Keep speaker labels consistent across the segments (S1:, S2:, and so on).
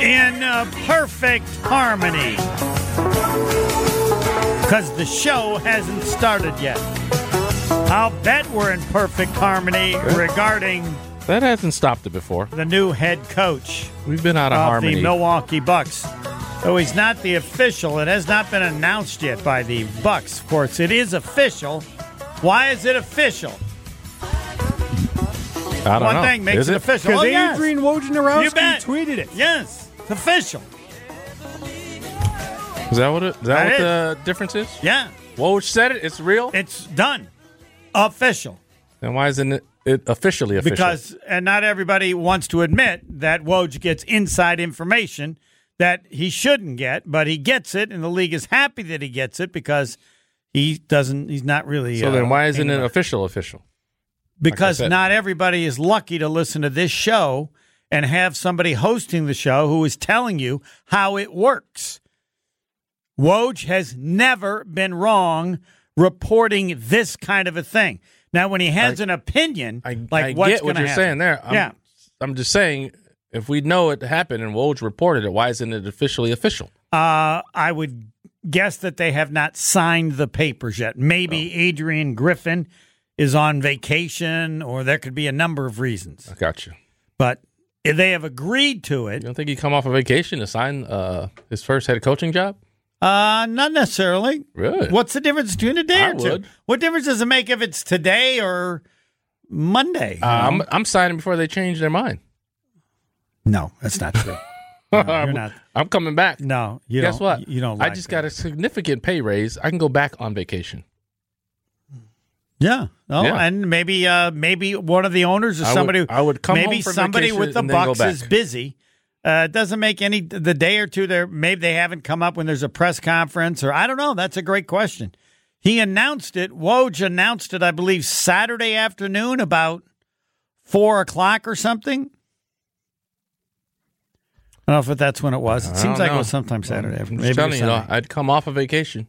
S1: in uh, perfect harmony. Because the show hasn't started yet. I'll bet we're in perfect harmony regarding
S2: That hasn't stopped it before.
S1: the new head coach
S2: We've been out of,
S1: of
S2: harmony.
S1: the Milwaukee Bucks. Though he's not the official, it has not been announced yet by the Bucks. Of course, it is official. Why is it official?
S2: I don't
S1: One
S2: know.
S1: thing makes
S2: Is
S1: it
S2: it
S1: official.
S3: Because
S1: Oh, yes.
S3: Adrian
S1: You
S3: Wojnarowski
S1: bet.
S3: tweeted it.
S1: Yes, it's official.
S2: Is that what it, is that,
S1: That
S2: what
S1: is.
S2: the difference is?
S1: Yeah,
S2: Woj said it. It's real.
S1: it's done. Official.
S2: then why isn't it, it officially official?
S1: Because and not everybody wants to admit that Woj gets inside information that he shouldn't get, but he gets it, and the league is happy that he gets it because he doesn't. He's not really.
S2: so
S1: uh,
S2: then why isn't
S1: anyway.
S2: it official official?
S1: because
S2: said.
S1: not everybody is lucky to listen to this show and have somebody hosting the show who is telling you how it works. Woj has never been wrong reporting this kind of a thing. Now, when he has an opinion,
S2: I,
S1: like
S2: I
S1: what's
S2: get what
S1: gonna
S2: you're
S1: happen.
S2: saying there. I'm,
S1: yeah,
S2: I'm just saying if we know it happened and Woj reported it, why isn't it officially official?
S1: uh, I would guess that they have not signed the papers yet. Maybe Adrian Griffin is on vacation, or there could be a number of reasons.
S2: I got you.
S1: But if they have agreed to it.
S2: You don't think he come off a vacation to sign uh, his first head coaching job?
S1: Uh, not necessarily.
S2: Really?
S1: What's the difference between a day
S2: I
S1: or two?
S2: would.
S1: What difference does it make if it's today or Monday?
S2: Uh, I'm, I'm signing before they change their mind.
S1: no, that's not true. No, you're not.
S2: I'm coming back.
S1: No, you
S2: Guess
S1: don't,
S2: what?
S1: You don't.
S2: I
S1: Like
S2: just
S1: that.
S2: got a significant pay raise. I can go back on vacation.
S1: Yeah. Oh,
S2: Yeah.
S1: and maybe, uh, maybe one of the owners or
S2: I would-
S1: somebody.
S2: I would come
S1: Maybe
S2: home from
S1: somebody
S2: vacation
S1: with the
S2: and then go
S1: Bucks is
S2: back.
S1: busy. Uh, it doesn't make any the day or two there. Maybe they haven't come up when there's a press conference or I don't know. That's a great question. He announced it. Woj announced it, I believe, Saturday afternoon about four o'clock or something. I don't know if that's when it was. It
S2: I
S1: seems
S2: don't
S1: like it
S2: know.
S1: was sometime Saturday
S2: I'm
S1: afternoon.
S2: just
S1: Maybe it
S2: telling
S1: was
S2: you, though,
S1: Sunday.
S2: I'd come off a vacation,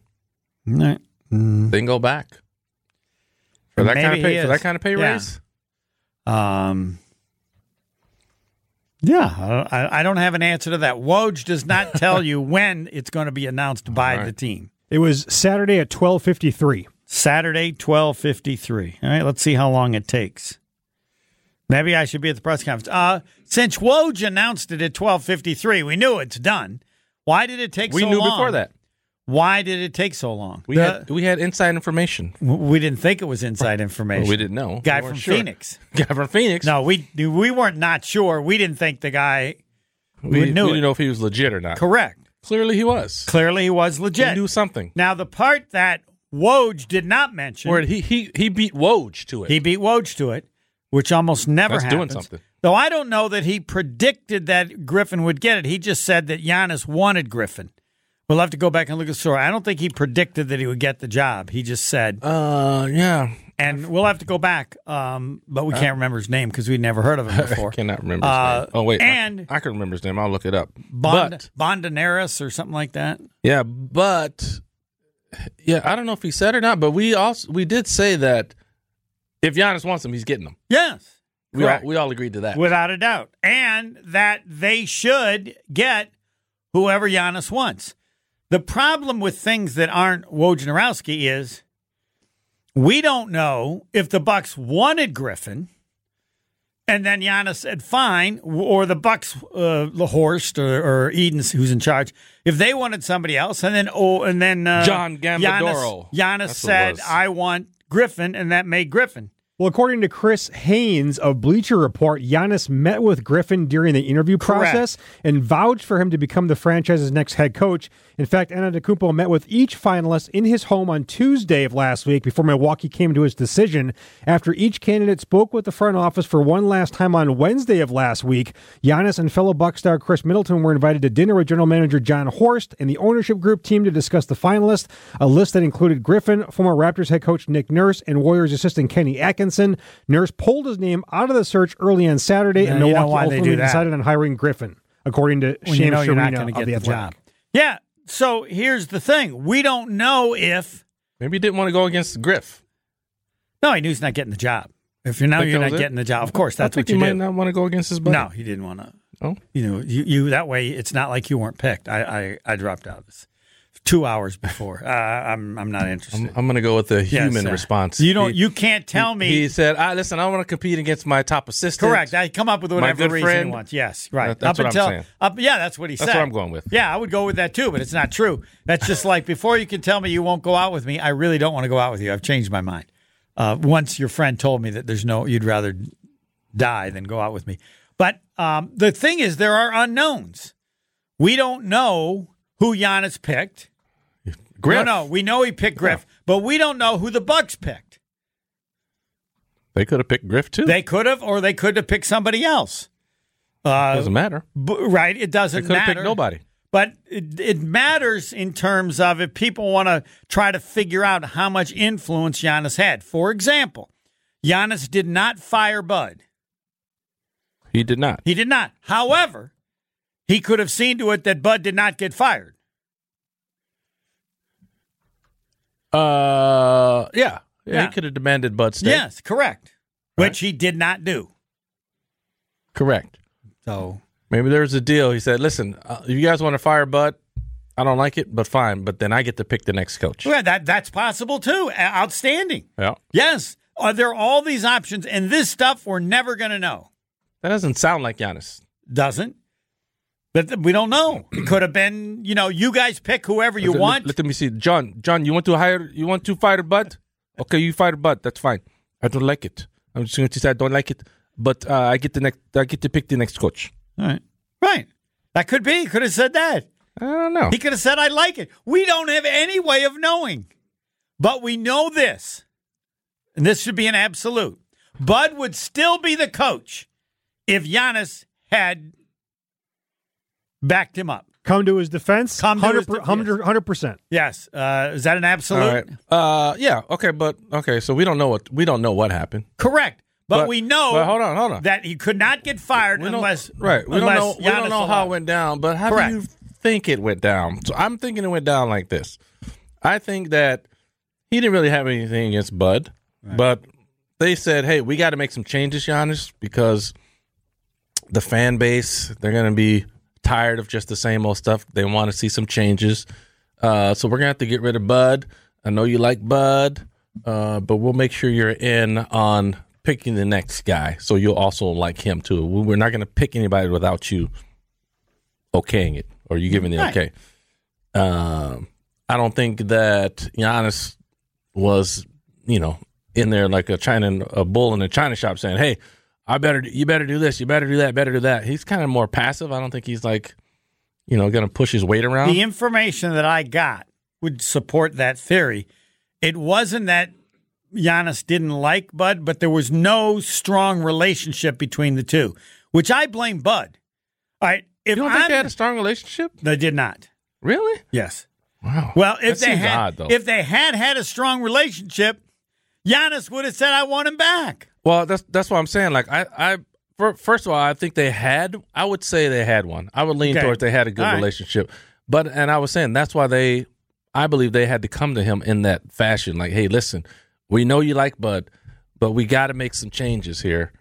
S1: All right.
S2: then go back for that
S1: Maybe
S2: kind of
S1: he
S2: pay. For
S1: is.
S2: that kind of pay
S1: Yeah.
S2: raise,
S1: Um, yeah, I, I- I don't have an answer to that. Woj does not tell you when it's going to be announced by the team.
S3: It was Saturday at 12:53.
S1: Saturday, twelve fifty three. All right, let's see how long it takes. Maybe I should be at the press conference. Uh, since Woj announced it at twelve fifty three, we knew it's done. Why did it take?
S2: we
S1: so
S2: knew
S1: long?
S2: before that.
S1: Why did it take so long?
S2: We
S1: The-
S2: had we had inside information.
S1: w- we didn't think it was inside
S2: Well,
S1: information.
S2: we didn't know.
S1: Guy
S2: We
S1: from
S2: weren't sure.
S1: Phoenix.
S2: Guy from Phoenix.
S1: No, we we weren't not sure. We didn't think the guy.
S2: we,
S1: we knew
S2: we
S1: it.
S2: didn't know if he was legit or not.
S1: Correct.
S2: Clearly, he was.
S1: Clearly, he was
S2: He
S1: legit.
S2: knew something.
S1: Now, the part that Woj did not mention,
S2: Where he he he beat Woj to it.
S1: he beat Woj to it, which almost never
S2: That's doing
S1: happens.
S2: something.
S1: Though I don't know that he predicted that Griffin would get it. He just said that Giannis wanted Griffin. We'll have to go back and look at the story. I don't think he predicted that he would get the job. He just said,
S2: uh, yeah.
S1: and we'll have to go back, um, but we can't remember his name because we'd never heard of him before.
S2: Uh, I cannot remember. His
S1: Uh,
S2: name. Oh wait, I-
S1: and-
S2: I, can remember his name. I'll look it up.
S1: Bond,
S2: but
S1: Bondoneris or something like that.
S2: yeah, but yeah, I don't know if he said or not. But we also we did say that if Giannis wants him, he's getting him.
S1: Yes.
S2: We all,
S1: Correct.
S2: we all agreed to that.
S1: Without a doubt. And that they should get whoever Giannis wants. The problem with things that aren't Wojnarowski is we don't know if the Bucks wanted Griffin and then Giannis said fine, or the Bucks, uh, the Horst or, or Eden's who's in charge, if they wanted somebody else, and then oh, and then uh,
S2: John Gambadoro.
S1: Giannis, Giannis
S2: That's what it
S1: said
S2: was.
S1: I want Griffin, and that made Griffin.
S3: Well, according to Chris Haynes of Bleacher Report, Giannis met with Griffin during the interview
S1: Correct.
S3: process and vouched for him to become the franchise's next head coach. In fact, Antetokounmpo met with each finalist in his home on Tuesday of last week before Milwaukee came to his decision. After each candidate spoke with the front office for one last time on Wednesday of last week, Giannis and fellow Buck star Chris Middleton were invited to dinner with general manager John Horst and the ownership group team to discuss the finalists, a list that included Griffin, former Raptors head coach Nick Nurse, and Warriors assistant Kenny Atkinson. Nurse pulled his name out of the search early on Saturday,
S1: Yeah,
S3: and
S1: you know
S3: Milwaukee
S1: why they do
S3: ultimately
S1: that.
S3: decided on hiring Griffin, according to
S1: when
S3: Sham
S1: you know you're not
S3: Sharina
S1: going to
S3: of
S1: get
S3: the
S1: the,
S3: Athletic.
S1: job. Yeah. So here's the thing: we don't know if
S2: Maybe he didn't want to go against Griff.
S1: no, he knew he's not getting the job. If you know
S2: Think
S1: you're
S2: that
S1: not
S2: was it?
S1: getting the job, of course
S2: I
S1: that's
S2: think
S1: what
S2: he
S1: you
S2: might
S1: do.
S2: not want to go against his buddy.
S1: No, he didn't want to.
S2: Oh.
S1: You know, you, you that way it's not like you weren't picked. I I, I dropped out this two hours before. Uh, I'm I'm not interested.
S2: I'm, I'm going to go with the
S1: Yes,
S2: human
S1: uh,
S2: response.
S1: You don't.
S2: He-
S1: You can't tell me.
S2: He said, "I listen. I want to compete against my top assistant."
S1: Correct. I come up with whatever
S2: good
S1: reason
S2: friend.
S1: he wants. Yes, right.
S2: That- that's
S1: up
S2: what I'm
S1: until
S2: saying.
S1: up, yeah, that's what he said.
S2: That's what I'm going with.
S1: Yeah, I would go with that too, but it's not true. That's just like before you can tell me you won't go out with me. I really don't want to go out with you. I've changed my mind. Uh, once your friend told me that there's no, you'd rather die than go out with me. But um, the thing is, there are unknowns. We don't know who Giannis picked.
S2: Griff.
S1: No, no, we know he picked Griff, but we don't know who the Bucks picked.
S2: They could have picked Griff too.
S1: They could have, or they could have picked somebody else. Uh,
S2: Doesn't matter.
S1: B- right, it
S2: They
S1: doesn't
S2: could have
S1: matter.
S2: picked nobody.
S1: But it, it matters in terms of if people want to try to figure out how much influence Giannis had. For example, Giannis did not fire Bud.
S2: He did not.
S1: He did not. However, he could have seen to it that Bud did not get fired.
S2: Uh, yeah. yeah,
S1: Yeah.
S2: He could have demanded Bud stay.
S1: Yes, correct. Which he did not do.
S2: correct.
S1: So
S2: Maybe there was a deal. He said, "Listen, uh, if you guys want to fire Bud, I don't like it, but fine. But then I get to pick the next coach."
S1: yeah, that that's possible too. O- Outstanding.
S2: Yeah,
S1: Yes. Are there all these options? And this stuff we're never going to know.
S2: that doesn't sound like Giannis.
S1: doesn't. But th- we don't know. It could have been, you know, you guys pick whoever you
S2: let,
S1: want.
S2: Let, let me see, John. John, you want to hire? You want to fire Bud? Okay, you fire Bud. That's fine. I don't like it. I'm just going to say I don't like it. But uh, I get the next. I get to pick the next coach.
S1: All right. Right. That could be. He could have said that.
S2: I don't know.
S1: He could have said, I like it. We don't have any way of knowing. But we know this, and this should be an absolute. Bud would still be the coach if Giannis had backed him up.
S3: Come to his defense.
S1: Come to his
S3: 100%.
S1: defense.
S3: 100%.
S1: Yes. Uh, is that an absolute?
S2: All right. Uh, yeah. Okay, but okay. So we don't know what we don't know what happened.
S1: Correct. But,
S2: But-
S1: we know
S2: but hold on, hold on.
S1: that he could not get fired
S2: We don't-
S1: unless
S2: right. We
S1: unless
S2: don't know. We don't
S1: Giannis
S2: know
S1: allowed
S2: how
S1: it.
S2: it went down. But how
S1: Correct.
S2: do you think it went down? So I'm thinking it went down like this. I think that he didn't really have anything against Bud, but they said, "Hey, we got to make some changes, Giannis, because the fan base they're going to be tired of just the same old stuff. They want to see some changes. Uh, so we're going to have to get rid of Bud. I know you like Bud, uh, but we'll make sure you're in on picking the next guy, so you'll also like him too. We- We're not going to pick anybody without you okaying it or you giving the
S1: Right.
S2: okay. Um, I don't think that Giannis was, you know, in there like a China a bull in a China shop saying, "Hey, I better you better do this, you better do that, better do that." He's kind of more passive. I don't think he's like, you know, going to push his weight around.
S1: The information that I got would support that theory. It wasn't that Giannis didn't like Bud, but there was no strong relationship between the two, which I blame Bud. All right, if
S2: you don't think
S1: I'm-
S2: they had a strong relationship?
S1: they did not.
S2: Really?
S1: Yes.
S2: Wow.
S1: Well, if
S2: That
S1: they
S2: seems
S1: had,
S2: odd, though.
S1: if they had had a strong relationship, Giannis would have said, "I want him back."
S2: Well, that's that's what I'm saying. Like I, I fir- first of all, I think they had. I would say they had one. I would lean
S1: Okay.
S2: towards they had a good
S1: All right.
S2: relationship. But and I was saying that's why they. I believe they had to come to him in that fashion. Like, hey, listen, we know you like Bud, but we got to make some changes here,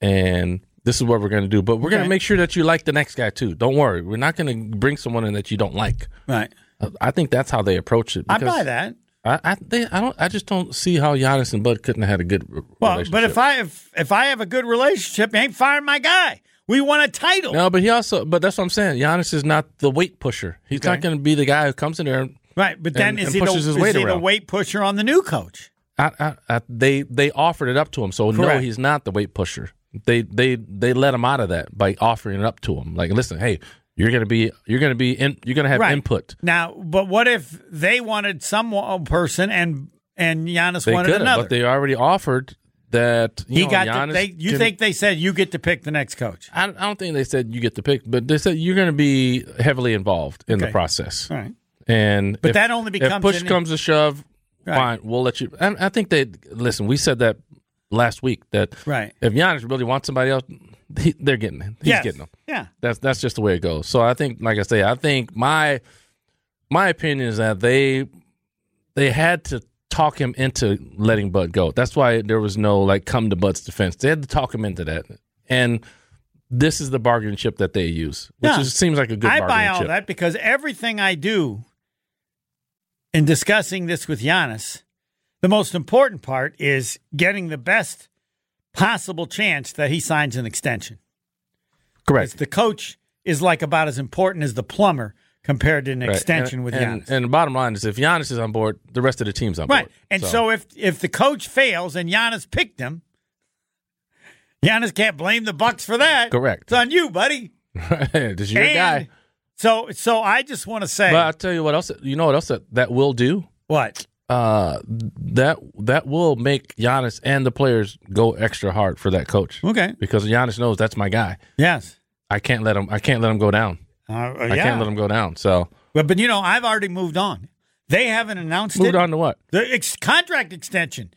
S2: and this is what we're going to do. But we're going
S1: Okay.
S2: to make sure that you like the next guy too. Don't worry, we're not going to bring someone in that you don't like.
S1: Right.
S2: Uh, I think that's how they approached it.
S1: I
S2: because
S1: buy that.
S2: I, I, they, I don't. I just don't see how Giannis and Bud couldn't have had a good. r-
S1: Well,
S2: relationship.
S1: but if I if, if I have a good relationship, you ain't firing my guy. We want a title.
S2: No, but he also, but that's what I'm saying. Giannis is not the weight pusher. He's
S1: Okay.
S2: not going to be the guy who comes in there. And
S1: Right, but then
S2: and-
S1: is
S2: and
S1: he, the,
S2: pushes his
S1: is
S2: weight
S1: he the
S2: around.
S1: weight pusher on the new coach?
S2: I, I, I, they they offered it up to him, so no,
S1: Correct.
S2: he's not the weight pusher. They they they let him out of that by offering it up to him. Like, listen, hey, you're going to be you're going to be in, you're going to have
S1: Right.
S2: input.
S1: Now, but what if they wanted some one person and and Giannis
S2: They
S1: wanted
S2: could,
S1: another?
S2: but they already offered that. You
S1: he
S2: know,
S1: got
S2: Giannis
S1: to, they, you
S2: can-
S1: think they said you get to pick the next coach?
S2: I, I don't think they said you get the pick, but they said you're going to be heavily involved in
S1: Okay.
S2: the process.
S1: All right.
S2: And
S1: But
S2: if-
S1: that only becomes
S2: if push
S1: an-
S2: comes to shove,
S1: Right.
S2: fine, we'll let you. And I think they listen. We said that last week that
S1: Right.
S2: if Giannis really wants somebody else, he, they're getting him. He's
S1: Yes.
S2: getting him.
S1: Yeah.
S2: That's that's just the way it goes. So I think, like I say, I think my my opinion is that they they had to talk him into letting Bud go. That's why there was no like come to Bud's defense. They had to talk him into that, and this is the bargaining chip that they use, which
S1: Yeah.
S2: is, seems like a good
S1: I
S2: bargaining
S1: buy all
S2: chip.
S1: that because everything I do in discussing this with Giannis, the most important part is getting the best possible chance that he signs an extension. Because
S2: Correct.
S1: the coach is like about as important as the plumber compared to an
S2: Right.
S1: extension
S2: and,
S1: with
S2: and,
S1: Giannis.
S2: and the bottom line is, if Giannis is on board, the rest of the team's on
S1: right.
S2: board.
S1: And so. if if the coach fails and Giannis picked him, Giannis can't blame the Bucks for that.
S2: Correct.
S1: It's on you, buddy.
S2: this is your
S1: And
S2: guy.
S1: So so I just want to say
S2: But I'll tell you what else. You know what else that, that will do?
S1: what?
S2: Uh, that that will make Giannis and the players go extra hard for that coach
S1: Okay.
S2: because Giannis knows that's my guy.
S1: Yes.
S2: I can't let him. I can't let him go down.
S1: Uh, uh,
S2: I
S1: yeah.
S2: can't let him go down. So
S1: But, but you know, I've already moved on. They haven't announced
S2: moved
S1: it.
S2: on to what?
S1: The ex- contract extension.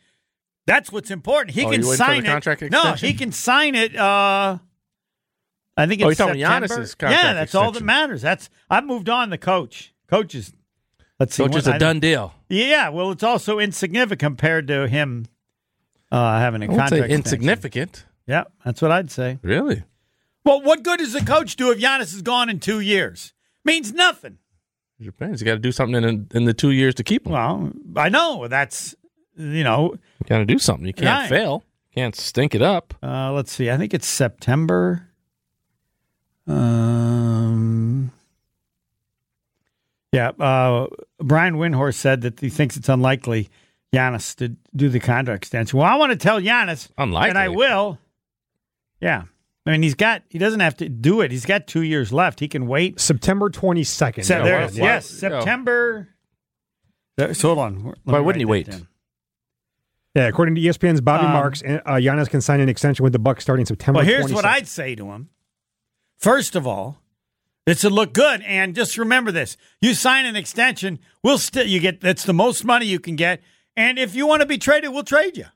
S1: That's what's important. He
S2: Oh,
S1: can
S2: you waiting for
S1: sign
S2: the
S1: it.
S2: contract
S1: no,
S2: extension?
S1: he can sign it. Uh, I think it's
S2: Oh, you're talking
S1: September.
S2: Giannis's contract
S1: Yeah, that's all that
S2: extension.
S1: matters. That's I've moved on. The coach, coaches. Let's see.
S2: Coach is
S1: what-
S2: a
S1: I-
S2: done deal.
S1: Yeah, well, it's also insignificant compared to him uh, having a
S2: I would
S1: contract.
S2: say
S1: extension.
S2: insignificant.
S1: Yeah, that's what I'd say.
S2: Really?
S1: Well, what good does the coach do if Giannis is gone in two years? Means nothing.
S2: Your parents, you got to do something in in the two years to keep him.
S1: Well, I know that's you know.
S2: You got to do something. You can't
S1: Right.
S2: fail. Can't stink it up.
S1: Uh, let's see. I think it's September. Um. Yeah, uh, Brian Windhorst said that he thinks it's unlikely Giannis to do the contract extension. Well, I want to tell Giannis,
S2: Unlikely.
S1: and I will. Yeah, I mean he's got he doesn't have to do it. He's got two years left. He can wait.
S3: September 22nd.
S1: Se-
S2: Yeah,
S1: there
S2: why-
S1: it is.
S2: why-
S1: Yes,
S2: yeah.
S1: September. Uh, so hold on. Let
S2: Why
S1: me
S2: wouldn't
S1: write
S2: he
S1: that
S2: wait?
S1: down.
S3: Yeah, according to E ESPN's Bobby
S1: Um,
S3: Marks, uh, Giannis can sign an extension with the Bucks starting September.
S1: Well, here's what
S3: 22nd.
S1: I'd say to him. First of all, this would look good, and just remember this: you sign an extension, we'll still you get that's the most money you can get, and if you want to be traded, we'll trade you.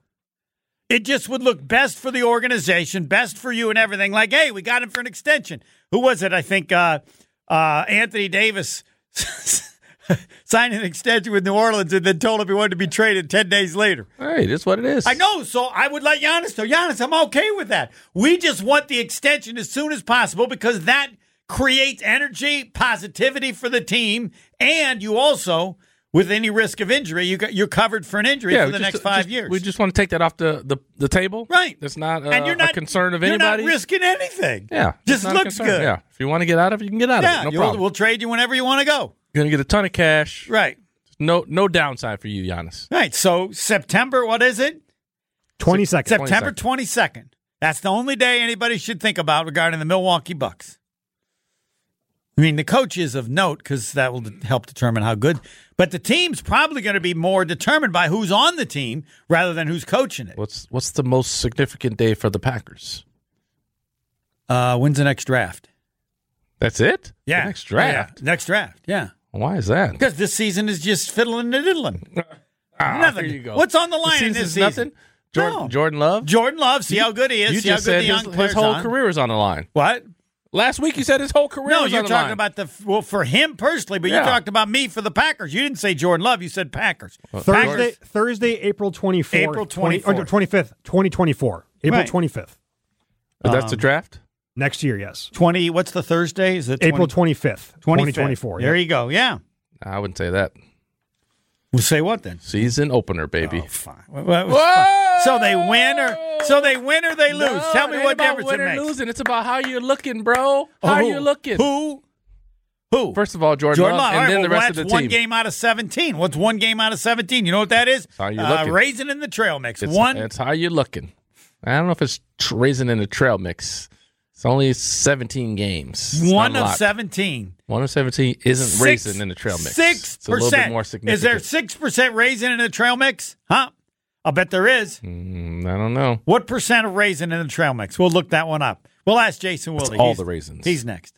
S1: It just would look best for the organization, best for you, and everything. Like, hey, we got him for an extension. Who was it? I think uh, uh, Anthony Davis signed an extension with New Orleans, and then told him he wanted to be traded ten days later.
S2: Hey, that's what it is.
S1: I know, so I would let Giannis know. Giannis, I'm okay with that. We just want the extension as soon as possible because that creates energy, positivity for the team, and you also, with any risk of injury, you got, you're covered for an injury for
S2: we
S1: the
S2: just-
S1: next five
S2: just-
S1: years.
S2: We just want to take that off the, the, the table.
S1: Right.
S2: That's not, uh,
S1: and you're not
S2: a concern of
S1: You're
S2: anybody.
S1: not risking anything.
S2: yeah.
S1: just
S2: it's not a
S1: looks
S2: concern.
S1: good.
S2: Yeah. If you want to get out of it, you can get out
S1: yeah.
S2: of it. No
S1: you'll-
S2: problem.
S1: We'll trade you whenever you want to go.
S2: You're going to get a ton of cash.
S1: Right.
S2: No no downside for you, Giannis.
S1: Right. So September, what is it?
S3: 22nd.
S1: September 22nd. That's the only day anybody should think about regarding the Milwaukee Bucks. I mean, the coach is of note because that will help determine how good, but the team's probably going to be more determined by who's on the team rather than who's coaching it.
S2: What's what's the most significant day for the Packers?
S1: Uh, when's the next draft?
S2: That's it?
S1: Yeah.
S2: The next draft.
S1: Yeah, next draft. Yeah.
S2: Why is that?
S1: Because this season is just fiddling and diddling.
S2: Ah,
S1: nothing.
S2: There you go.
S1: What's on the line in this
S2: season's
S1: season?
S2: Nothing? Jordan,
S1: No.
S2: Jordan Love?
S1: Jordan Love, see how good he is,
S2: you
S1: see how
S2: just
S1: good
S2: said
S1: the
S2: his,
S1: young
S2: his
S1: players
S2: whole
S1: on.
S2: career is on the line.
S1: What?
S2: Last week you said his whole career
S1: No,
S2: was
S1: you're
S2: on the
S1: talking
S2: line.
S1: about the f- well for him personally, but
S2: Yeah.
S1: you talked about me for the Packers. You didn't say Jordan Love, you said Packers.
S3: Thursday,
S1: Packers-
S3: Thursday, April oh, 24th.
S1: April
S3: 20 or
S1: 24th.
S3: 25th, 2024. April
S1: Right.
S3: 25th.
S2: But that's
S1: um,
S2: the draft?
S3: Next year, yes.
S1: twenty. What's the Thursday? Is it 20,
S3: April 25th,
S1: 25th?
S3: 2024.
S1: There
S3: yeah.
S1: you go. Yeah.
S2: I wouldn't say that.
S1: We'll say what then?
S2: Season opener, baby.
S1: Fine. Well, well, it was fine. So they win or so they win or they lose.
S2: No,
S1: Tell me
S2: it ain't
S1: what
S2: about
S1: difference it
S2: winning or
S1: makes.
S2: Losing. It's about how you're looking, bro.
S1: Oh,
S2: How
S1: who?
S2: you're looking.
S1: Who? Who?
S2: First of all, Jordan,
S1: Jordan
S2: Love,
S1: Love.
S2: and
S1: All right,
S2: then
S1: well,
S2: the rest
S1: that's
S2: of the team.
S1: one game out of seventeen. What's one game out of seventeen? You know what that is?
S2: how you
S1: uh,
S2: looking.
S1: raisin in the trail mix.
S2: It's,
S1: one.
S2: It's how you're looking. I don't know if it's tr- raisin in a trail mix. It's only 17 games. It's
S1: one
S2: not a
S1: of
S2: lot.
S1: seventeen.
S2: One of 17 isn't
S1: Six-
S2: raisin in a trail mix.
S1: Six
S2: It's a little bit
S1: percent.
S2: more significant.
S1: Is there six percent raisin in the trail mix? Huh? I'll bet there is.
S2: Mm, I don't know.
S1: What percent of raisin in the trail mix? We'll look that one up. We'll ask Jason Wilde.
S2: all
S1: He's-
S2: the raisins.
S1: He's next.